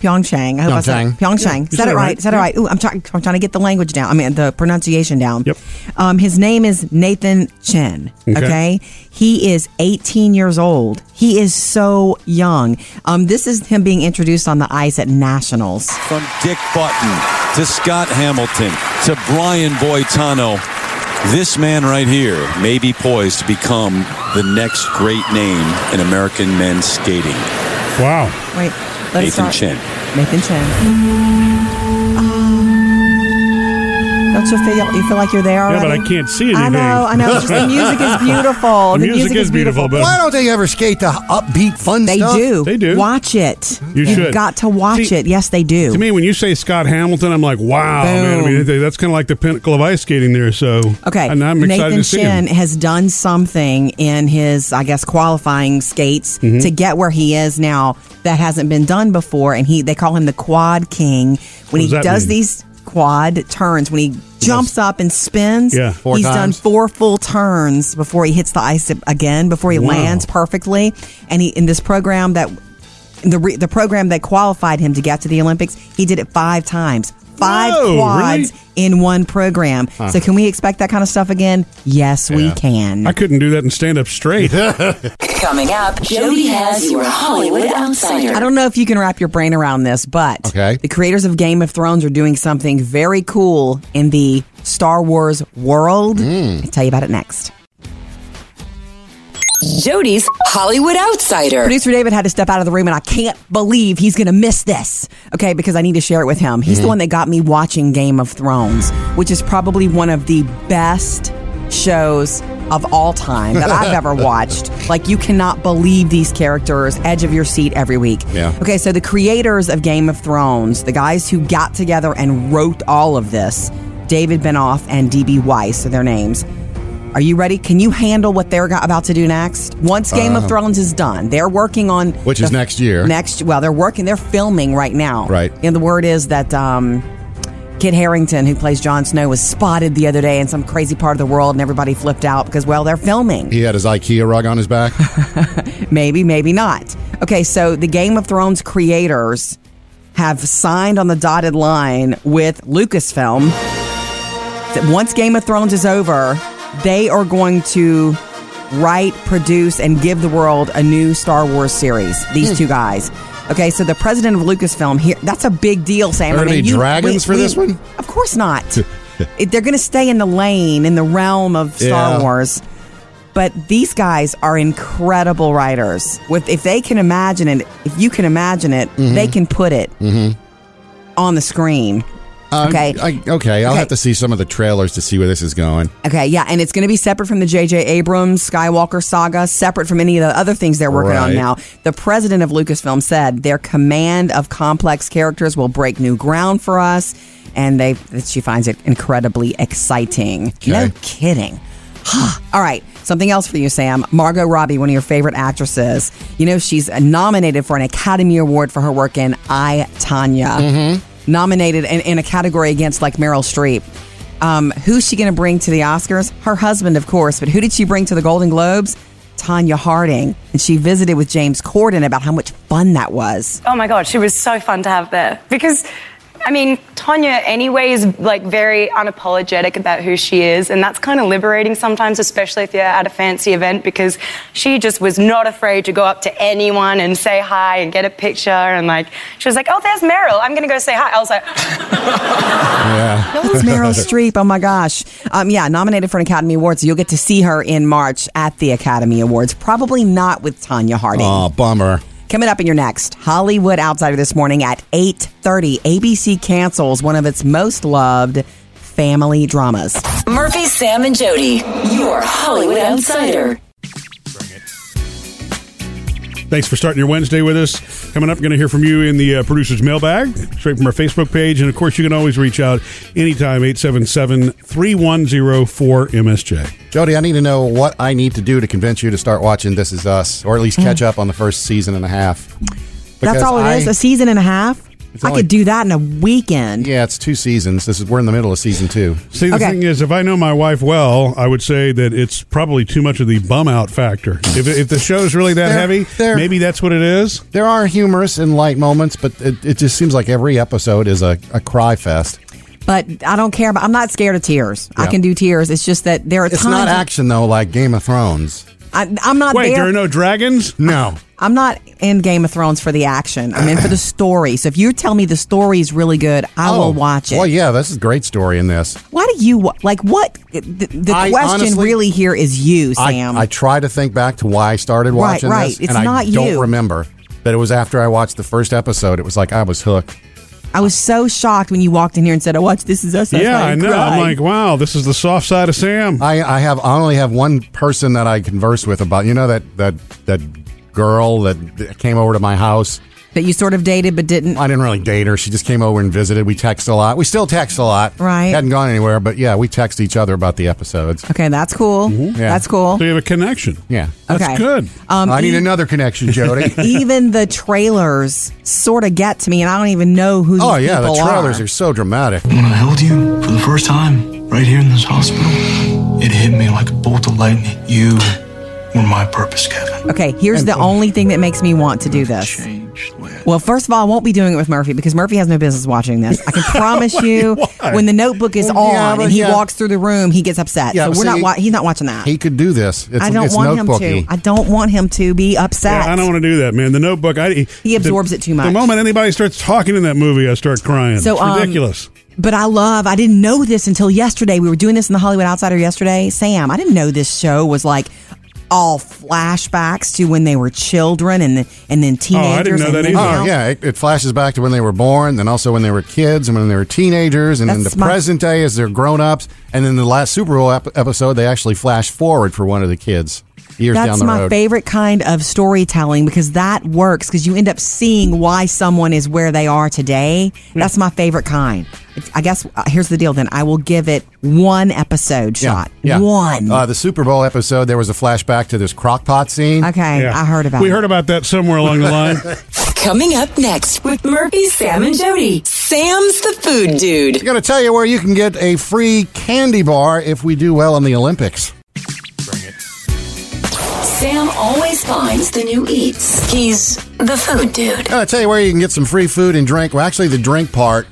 B: Pyeongchang? I hope I said
C: Pyeongchang.
B: it. Pyeongchang.
A: you
B: Is that
A: said
B: it
A: it
B: right?
A: right.
B: Is that it right? Ooh, I'm trying. I'm trying to get the language down. I mean, the pronunciation down.
A: Yep.
B: Um, his name is Nathan Chen.
A: Okay.
B: Okay. He is 18 years old. He is so young. Um, this is him being introduced on the ice at nationals.
I: From Dick Button to Scott Hamilton to Brian Boitano This man right here may be poised to become the next great name in American men's skating.
A: Wow.
B: Wait. Let's
I: Nathan
B: start.
I: Chen.
B: Nathan Um, Chen. Don't you feel you feel like you're there
A: Yeah,
B: already?
A: but I can't see anything.
B: I know, I know. It's just the music is beautiful.
A: the,
B: The
A: music,
B: music
A: is
B: is
A: beautiful, but
C: Why don't they ever skate the upbeat fun
B: They
C: stuff?
B: do.
A: They do.
B: Watch it.
A: You
B: You've
A: should.
B: got to watch
A: See,
B: it. Yes, they do.
A: to me, when you say Scott Hamilton, I'm like, wow, man. I
B: Boom.
A: mean, that's kind of like the pinnacle of ice skating there. So
B: Okay.
A: and I'm excited
B: Nathan
A: to see
B: Chen
A: him.
B: has done something in his, I guess, qualifying skates
A: Mhm.
B: to get where he is now that hasn't been done before, and he they call him the quad king
A: What
B: when
A: does
B: he
A: that
B: does
A: mean?
B: these quad turns when he jumps up and spins.
A: Yeah. Four
B: he's done
A: times.
B: four full turns before he hits the ice again before he
A: Wow.
B: lands perfectly, and he in this program that. The, re, the program that qualified him to get to the Olympics, he did it five times. Five
A: Whoa,
B: quads in one program.
A: Huh.
B: So can we expect that kind of stuff again? Yes, we
A: Yeah.
B: can.
A: I couldn't do that and stand up straight.
D: Coming up, Jody has your Hollywood Outsider.
B: I don't know if you can wrap your brain around this, but
C: Okay.
B: the creators of Game of Thrones are doing something very cool in the Star Wars world.
A: Hmm.
B: I'll tell you about it next.
D: Jody's Hollywood Outsider.
B: Producer David had to step out of the room, and I can't believe he's going to miss this. Okay, because I need to share it with him. He's the
D: Mhm.
B: one that got me watching Game of Thrones, which is probably one of the best shows of all time that I've ever watched. Like, you cannot believe these characters, edge of your seat every week.
C: Yeah.
B: Okay, so the creators of Game of Thrones, the guys who got together and wrote all of this, David Benoff and DB Weiss are their names. Are you ready? Can you handle what they're go- about to do next? Once Game
C: Uh.
B: of Thrones is done, they're working on
C: Which is
B: the-
C: next year.
B: Next, well, they're working, they're filming right now.
C: Right.
B: And the word is that um, Kit Harrington, who plays Jon Snow, was spotted the other day in some crazy part of the world, and everybody flipped out because, well, they're filming.
C: He had his IKEA rug on his back.
B: Maybe, maybe not. Okay, so the Game of Thrones creators have signed on the dotted line with Lucasfilm that once Game of Thrones is over, they are going to write, produce, and give the world a new Star Wars series.
C: Hmm.
B: These two guys. Okay, so the president of Lucasfilm here, that's a big deal, Sam.
C: Are
B: I
C: there
B: mean,
C: any
B: you-
C: dragons
B: we-
C: for
B: we-
C: this one?
B: Of course not. It- They're going to stay in the lane, in the realm of Star
C: Yeah.
B: Wars. But these guys are incredible writers. With if they can imagine it, if you can imagine it,
C: Mhm.
B: they can put it
C: mm-hmm.
B: on the screen. okay.
C: Um, I, okay. I'll
B: Okay.
C: have to see some of the trailers to see where this is going.
B: Okay, yeah, and it's going to be separate from the J.J. Abrams Skywalker saga, separate from any of the other things they're working on
C: Right.
B: now. The president of Lucasfilm said their command of complex characters will break new ground for us, and they that she finds it incredibly exciting. No
L: Okay.
B: kidding. All right, something else for you, Sam. Margot Robbie, one of your favorite actresses. You know she's nominated for an Academy Award for her work in I Tanya. Nominated in, in a category against like Meryl Streep. Um, who's she going to bring to the Oscars? Her husband, of course. But who did she bring to the Golden Globes? Tanya Harding, and she visited with James Corden about how much fun that was.
F: Oh my God, she was so fun to have there because. I mean, Tonya, anyway, is like very unapologetic about who she is, and that's kind of liberating sometimes, especially if you're at a fancy event, because she just was not afraid to go up to anyone and say hi and get a picture. And like, she was like, "Oh, there's Meryl. I'm gonna go say hi." I was like,
C: Yeah.
B: That's Meryl Streep. Oh my gosh. Um, yeah, nominated for an Academy Award, so you'll get to see her in March at the Academy Awards. Probably not with Tanya Harding.
C: Oh, bummer.
B: Coming up in your next Hollywood Outsider this morning at 8:30, ABC cancels one of its most loved family dramas.
D: Murphy, Sam, and Jody, your Hollywood Outsider.
A: Thanks for starting your Wednesday with us. Coming up, going to hear from you in the uh, producer's mailbag, straight from our Facebook page. And of course, you can always reach out anytime, 877 3104 MSJ.
C: Jody, I need to know what I need to do to convince you to start watching This Is Us, or at least catch up on the first season and a half. Because
B: Mm. That's all it
C: I-
B: is, a season and a half. I
C: only-
B: could do that in a weekend.
C: Yeah, it's two seasons. This is we're in the middle of season two.
A: See, the
B: Okay.
A: thing is, if I know my wife well, I would say that it's probably too much of the bum out factor. If, if the show's really that
C: There-
A: heavy,
C: there-
A: maybe that's what it is.
C: There are humorous and light moments, but it, it just seems like every episode is a, a cry fest.
B: But I don't care about I'm not scared of tears. I
C: Yeah.
B: can do tears. It's just that there are
C: It's
B: times
C: not action though, like Game of Thrones.
B: I, I'm not
A: Wait,
B: there.
A: there are no dragons?
C: No,
B: I'm not in Game of Thrones for the action. I'm in for the story. So if you tell me the story is really good, I
C: Oh,
B: will watch it.
C: Well, yeah, this is a great story in this.
B: Why do you wa- like what? The, the
C: I
B: question
C: honestly-
B: really here is you,
C: I-
B: Sam.
C: I, try to think back to why I started
B: Right,
C: watching
B: right.
C: this,
B: It's
C: and
B: not
C: I don't
B: you.
C: remember that it was after I watched the first episode. It was like I was hooked.
B: I was so shocked when you walked in here and said, "Oh, watch This Is Us." last
A: yeah,
B: night,"
A: I
B: and
A: know. I'm
B: cried.
A: like, wow, this is the soft side of Sam.
C: I, I have I only have one person that I converse with about. You know that that that girl that came over to my house.
B: That you sort of dated but didn't.
C: I didn't really date her. She just came over and visited. We text a lot. We still text a lot.
B: Right.
C: Hadn't gone anywhere, but yeah, we text each other about the episodes.
B: okay, that's cool.
C: Mm-hmm. Yeah.
B: That's cool.
A: So you have a connection.
C: Yeah.
B: Okay. That's good. Um,
C: I need
B: e-
C: another connection, Jody.
B: even the trailers sort of get to me, and I don't even know who.
C: oh
B: these
C: yeah, the
B: people
C: trailers
B: are.
C: are so dramatic.
L: When I held you for the first time, right here in this hospital, it hit me like a bolt of lightning. You were my purpose, Kevin.
B: Okay, here's the only thing that makes me want to do this. Well, first of all, I won't be doing it with Murphy because Murphy has no business watching this. I can promise you, when the notebook is
C: Well, yeah,
B: on
C: but
B: and he
C: yeah.
B: walks through the room, he gets upset.
C: Yeah,
B: so
C: but
B: we're not.
C: see,
B: Wa- he's not watching that.
C: He could do this. It's,
B: I don't
C: it's
B: want him
C: notebooky.
B: to. I don't want him to be upset.
A: Yeah, I don't want to do that, man. The Notebook. I,
B: He absorbs
A: the-
B: it too
A: The
B: much.
A: moment anybody starts talking in that movie, I start crying.
B: So,
A: it's
B: um,
A: ridiculous.
B: But I love, I didn't know this until yesterday. We were doing this in the Hollywood Outsider yesterday. Sam, I didn't know this show was like all flashbacks to when they were children and then, and then teenagers. and then now.
C: Oh, yeah. It, it flashes back to when they were born, then also when they were kids and when they were teenagers, and then
B: That's
C: the
B: my-
C: present day as they're grown ups. And then the last Super Bowl ep- episode, they actually flash forward for one of the kids years
B: That's
C: down the
B: my
C: road.
B: favorite kind of storytelling because that works because you end up seeing why someone is where they are today. That's my favorite kind. It's- I guess uh, here's the deal then. I will give it one episode shot. One.
C: Uh, the Super Bowl episode, there was a flashback to this crockpot scene.
B: Okay,
A: Yeah.
B: I heard about
A: We
B: it.
A: heard about that somewhere along the line.
D: Coming up next with Murphy, Sam, and Jody. Sam's the food dude.
C: I'm going to tell you where you can get a free candy bar if we do well in the Olympics.
D: Sam always finds the new eats. He's the food dude.
C: I'll tell you where you can get some free food and drink. Well, actually, the drink part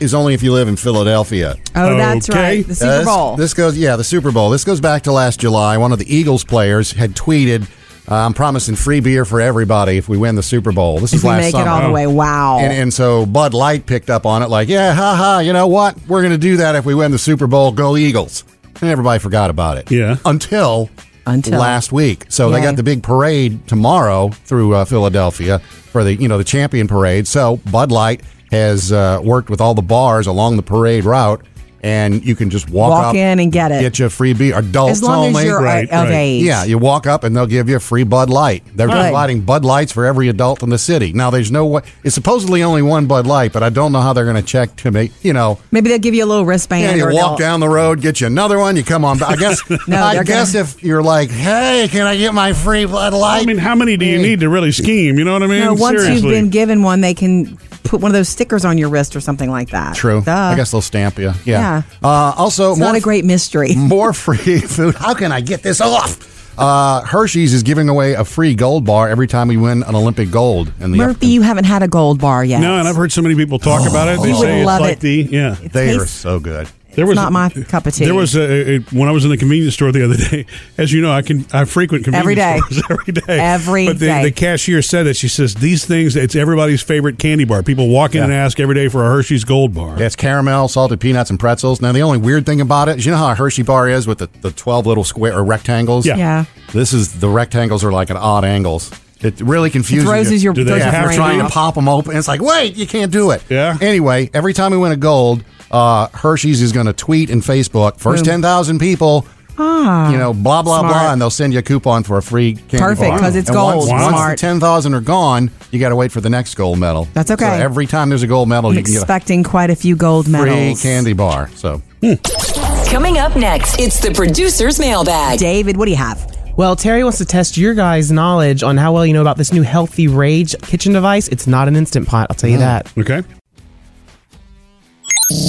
C: is only if you live in Philadelphia.
B: Oh, that's Okay. right. The Super
C: Uh, this-
B: Bowl.
C: This goes, yeah, the Super Bowl. This goes back to last July. One of the Eagles players had tweeted, uh, "I'm promising free beer for everybody if we win the Super Bowl." This
B: If
C: is
B: we
C: last
B: make
C: summer.
B: it all the way, wow.
C: And, and so Bud Light picked up on it, like, "Yeah, ha ha, you know what? We're going to do that if we win the Super Bowl. Go Eagles!" And everybody forgot about it.
A: Yeah.
C: until
B: Until.
C: last week. So they
B: Yay.
C: got the big parade tomorrow through uh, Philadelphia for the you know the champion parade. So Bud Light has uh, worked with all the bars along the parade route, and you can just walk,
B: Walk
C: up,
B: in and get it.
C: Get you a free beer. Adults
B: as long
C: only.
B: as you're
A: Right,
B: of
A: right.
B: age.
C: Yeah, you walk up and they'll give you a free Bud Light. They're
B: Good.
C: providing Bud Lights for every adult in the city. Now there's no way. It's supposedly only one Bud Light, but I don't know how they're going to check to make. You know,
B: Maybe they'll give you a little wristband.
C: yeah, you
B: or
C: walk
B: they'll-
C: down the road, get you another one. You come on. back. I guess.
B: No,
C: I
B: they're
C: guess
B: gonna-
C: if you're like, hey, can I get my free Bud Light?
A: I mean, how many do you need to really scheme? You know what I mean?
B: No, once
A: Seriously.
B: you've been given one, they can put one of those stickers on your wrist or something like that.
C: True.
B: Duh.
C: I guess they'll stamp you.
B: Yeah.
C: Yeah. Uh, also,
B: it's
C: more
B: not a
C: f-
B: great mystery.
C: more free food. How can I get this off? Uh, Hershey's is giving away a free gold bar every time we win an Olympic gold in the
B: Murphy, you haven't had a gold bar yet.
A: No, and I've heard so many people talk about it. They
B: You would
A: say it's
B: Oh, love
A: like
B: it.
A: the yeah.
C: They are
B: tastes-
C: so good.
A: There was
B: not my cup of tea.
A: There was a, a- when I was in the convenience store the other day. As you know, I can I frequent convenience
B: Every day.
A: stores every day.
B: Every
A: but the,
B: day.
A: the cashier said that she says these things. It's everybody's favorite candy bar. People walk in
C: Yeah.
A: and ask every day for a Hershey's Gold Bar.
C: Yeah, It's caramel, salted peanuts, and pretzels. Now, the only weird thing about it is you know how a Hershey bar is with the, the 12 little square or rectangles?
A: Yeah.
B: Yeah.
C: This is the rectangles are like at odd angles. It really confuses
B: throws
C: you.
B: is your- Do they throws your
C: have
B: brain
C: trying to
B: off.
C: pop them open? It's like, wait, you can't do it.
A: Yeah.
C: Anyway, every time we win a gold, uh, Hershey's is going to tweet and Facebook first
B: Boom. Ah,
C: ten thousand people. You know, blah blah
B: Smart.
C: blah, and they'll send you a coupon for a free candy
B: Perfect,
C: bar.
B: 'cause it's
C: And
B: gold.
C: Once, once
B: Smart.
C: the ten thousand are gone, you got to wait for the next gold medal.
B: That's
C: So
B: okay.
C: every time there's a gold medal,
B: I'm
C: you can get a
B: expecting quite a few gold
C: free
B: medals.
C: candy bar. So
D: Coming up next, it's the producer's mailbag.
B: David, what do you have?
G: Well, Terry wants to test your guys' knowledge on how well you know about this new healthy rage kitchen device. It's not an instant pot, I'll tell
B: Mm.
G: you that.
A: Okay.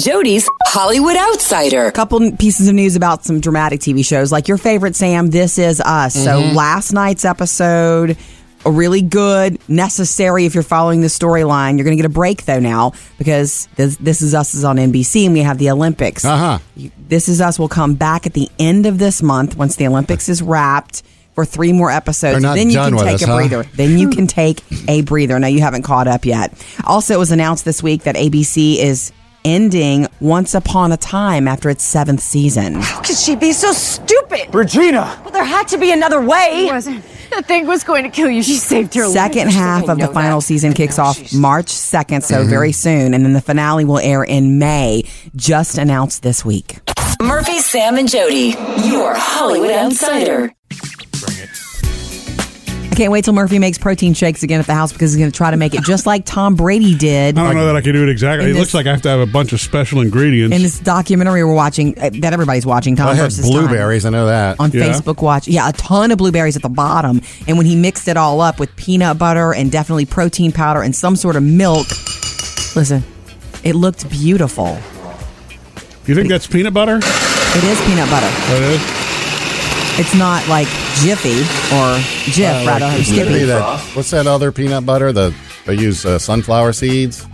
D: Jody's Hollywood Outsider.
B: A couple pieces of news about some dramatic TV shows, like your favorite, Sam, This Is Us. So last night's episode, a really good, necessary if you're following the storyline. You're going to get a break, though, now, because this, this Is Us is on NBC and we have the Olympics.
C: Uh-huh.
B: You- This Is Us will come back at the end of this month once the Olympics is wrapped. for three more episodes.
C: They're not
B: then you
C: done
B: can
C: with
B: take
C: us,
B: a
C: huh?
B: breather. Then you can take a breather. Now you haven't caught up yet. Also, it was announced this week that ABC is ending Once Upon a Time after its seventh season.
H: How could she be so stupid?
B: Regina.
H: Well, there had to be another way.
M: That thing was going to kill you. She saved your life.
B: Second half of the final season kicks off March 2nd, so
C: Mm-hmm.
B: very soon. And then the finale will air in May, just announced this week.
D: Murphy, Sam, and Jody, your Hollywood Outsider.
B: I can't wait till Murphy makes protein shakes again at the house because he's going to try to make it just like Tom Brady did.
C: Oh,
A: I don't know that I can do it exactly.
B: In
A: It
B: this-
A: looks like I have to have a bunch of special ingredients.
B: In this documentary we're watching, uh, that everybody's watching, Tom
A: Well, it had
B: versus Time.
A: blueberries,
C: I know that.
B: on Facebook Watch. Yeah, a ton of blueberries at the bottom. And when he mixed it all up with peanut butter and definitely protein powder and some sort of milk, listen, it looked beautiful.
A: You think that's peanut butter?
B: It is peanut butter.
A: It is.
B: It's not like Jiffy or Jif,
A: Oh,
B: rather.
C: It could
B: Skippy.
C: be that- what's that other peanut butter? The they use uh, sunflower seeds.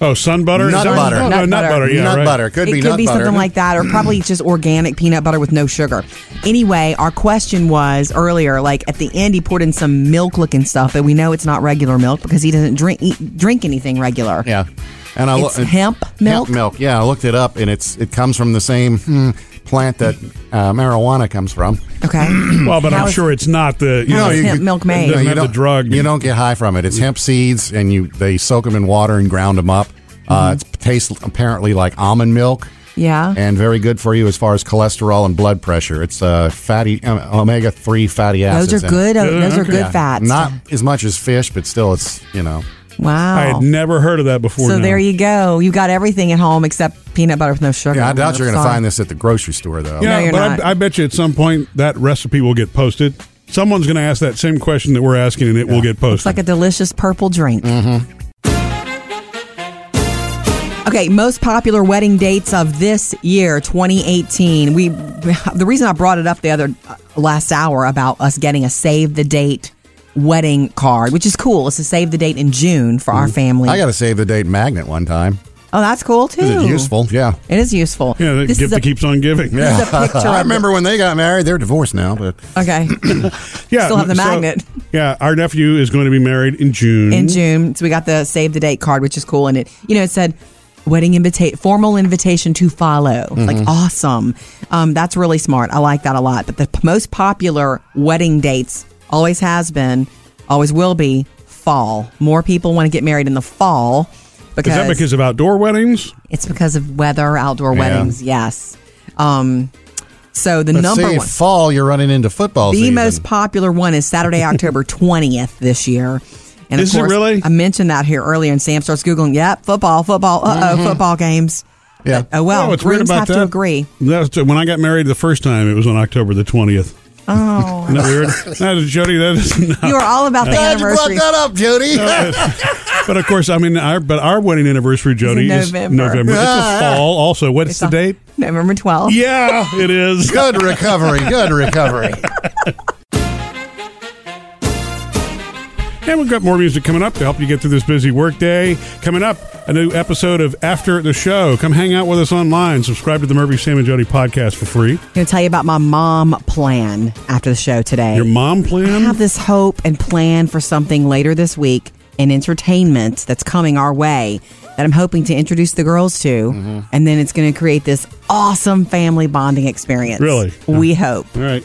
A: Oh, sun butter?
C: Nut
A: Sun-
C: butter.
A: oh, no, nut butter, yeah,
C: Nut
A: right.
C: butter. Could
B: it
C: be
B: could
C: nut
B: be
C: butter.
B: something like that, or probably just organic peanut butter with no sugar. Anyway, our question was earlier, like at the end, he poured in some milk-looking stuff, but we know it's not regular milk because he doesn't drink eat, drink anything regular.
C: Yeah, and I
B: It's
C: look
B: hemp milk?
C: milk. Yeah, I looked it up, and it's it comes from the same hmm, plant that uh, marijuana comes from.
B: Okay.
A: well, but
C: How
A: I'm
C: is-
A: sure it's not the. You
C: No,
A: know,
C: you-
B: hemp milk made?
A: Doesn't
C: you
A: have the
C: don't-
A: drug.
C: You don't get high from it. It's hemp seeds, and you they soak them in water and ground them up.
B: Mm-hmm.
C: Uh, it tastes apparently like almond milk,
B: Yeah.
C: and very good for you as far as cholesterol and blood pressure. It's uh, fatty omega three fatty acids.
B: Those are
C: in it.
B: good- uh, those are good fats.
C: Not as much as fish, but still, it's you know.
B: Wow.
A: I had never heard of that before.
B: so
A: now.
B: there you go. You got everything at home except peanut butter with no sugar.
C: Yeah, I doubt you're going to
B: Sorry.
C: find this at the grocery store though.
A: Yeah,
B: No, you're
A: but
B: not.
A: I, I bet you at some point that recipe will get posted. Someone's going to ask that same question that we're asking, and it will get
B: It's
A: posted.
B: like a delicious purple drink.
C: Mm-hmm.
B: Okay, most popular wedding dates of this year, 2018. We the reason I brought it up the other uh, last hour about us getting a save the date wedding card, which is cool. It's a save the date in June for our family.
C: Mm-hmm. I got to save the date magnet one time.
B: oh, that's cool too.
C: Is it useful? Yeah.
B: It is useful.
A: yeah, the
B: This
A: gift
B: is a-
A: that keeps on giving.
B: This is a picture of
C: I
B: the-
C: remember when they got married. They're divorced now, but
B: Okay.
A: Yeah,
B: Still have the
A: so-
B: magnet.
A: Yeah, our nephew is going to be married in June.
B: in June. So we got the save the date card, which is cool. And it, you know, it said wedding invita- formal invitation to follow. It's Like
A: Mm-hmm.
N: Mhm.
B: awesome. Um, that's really smart. I like that a lot. But the p- most popular wedding dates always has been, always will be fall. More people want to get married in the fall because
A: is that because of outdoor weddings?
B: it's because of weather, outdoor
A: Yeah.
B: weddings. Yes. Um, so the
C: but
B: number
C: see,
B: one
C: fall you're running into football
B: the
C: season.
B: most popular one is Saturday, October 20th this year. And
C: Is it
B: of course,
C: really?
B: I mentioned that here earlier, and Sam starts Googling, yep, football, football, uh oh,
C: Mhm.
B: football games.
C: Yeah.
B: Oh,
A: No,
B: well, grooms
A: it's weird about
B: have
A: that.
B: to agree.
A: That's, when I got married the first time, it was on October the 20th.
B: Oh.
A: Isn't that weird? that is, Jody, that is not.
B: You are all about the
A: Glad
C: you brought
B: anniversary.
C: that up, Jody.
A: But of course, I mean, our but our wedding anniversary, Jody, is
B: November.
A: November. It's
B: Ah.
A: a fall. Also, what is
B: It's
A: the
B: on-
A: date?
B: November 12th.
A: Yeah, it is.
C: Good recovery. Good recovery.
A: And we've got more music coming up to help you get through this busy workday. Coming up, a new episode of After the Show. Come hang out with us online. Subscribe to the Murphy, Sam, and Jody podcast for free.
B: I'm going to tell you about my mom plan after the show today. Your
A: mom plan? I
B: have this hope and plan for something later this week in entertainment that's coming our way that I'm hoping to introduce the girls to. And then it's going to create this awesome family bonding experience.
A: Really?
B: We hope.
A: All right.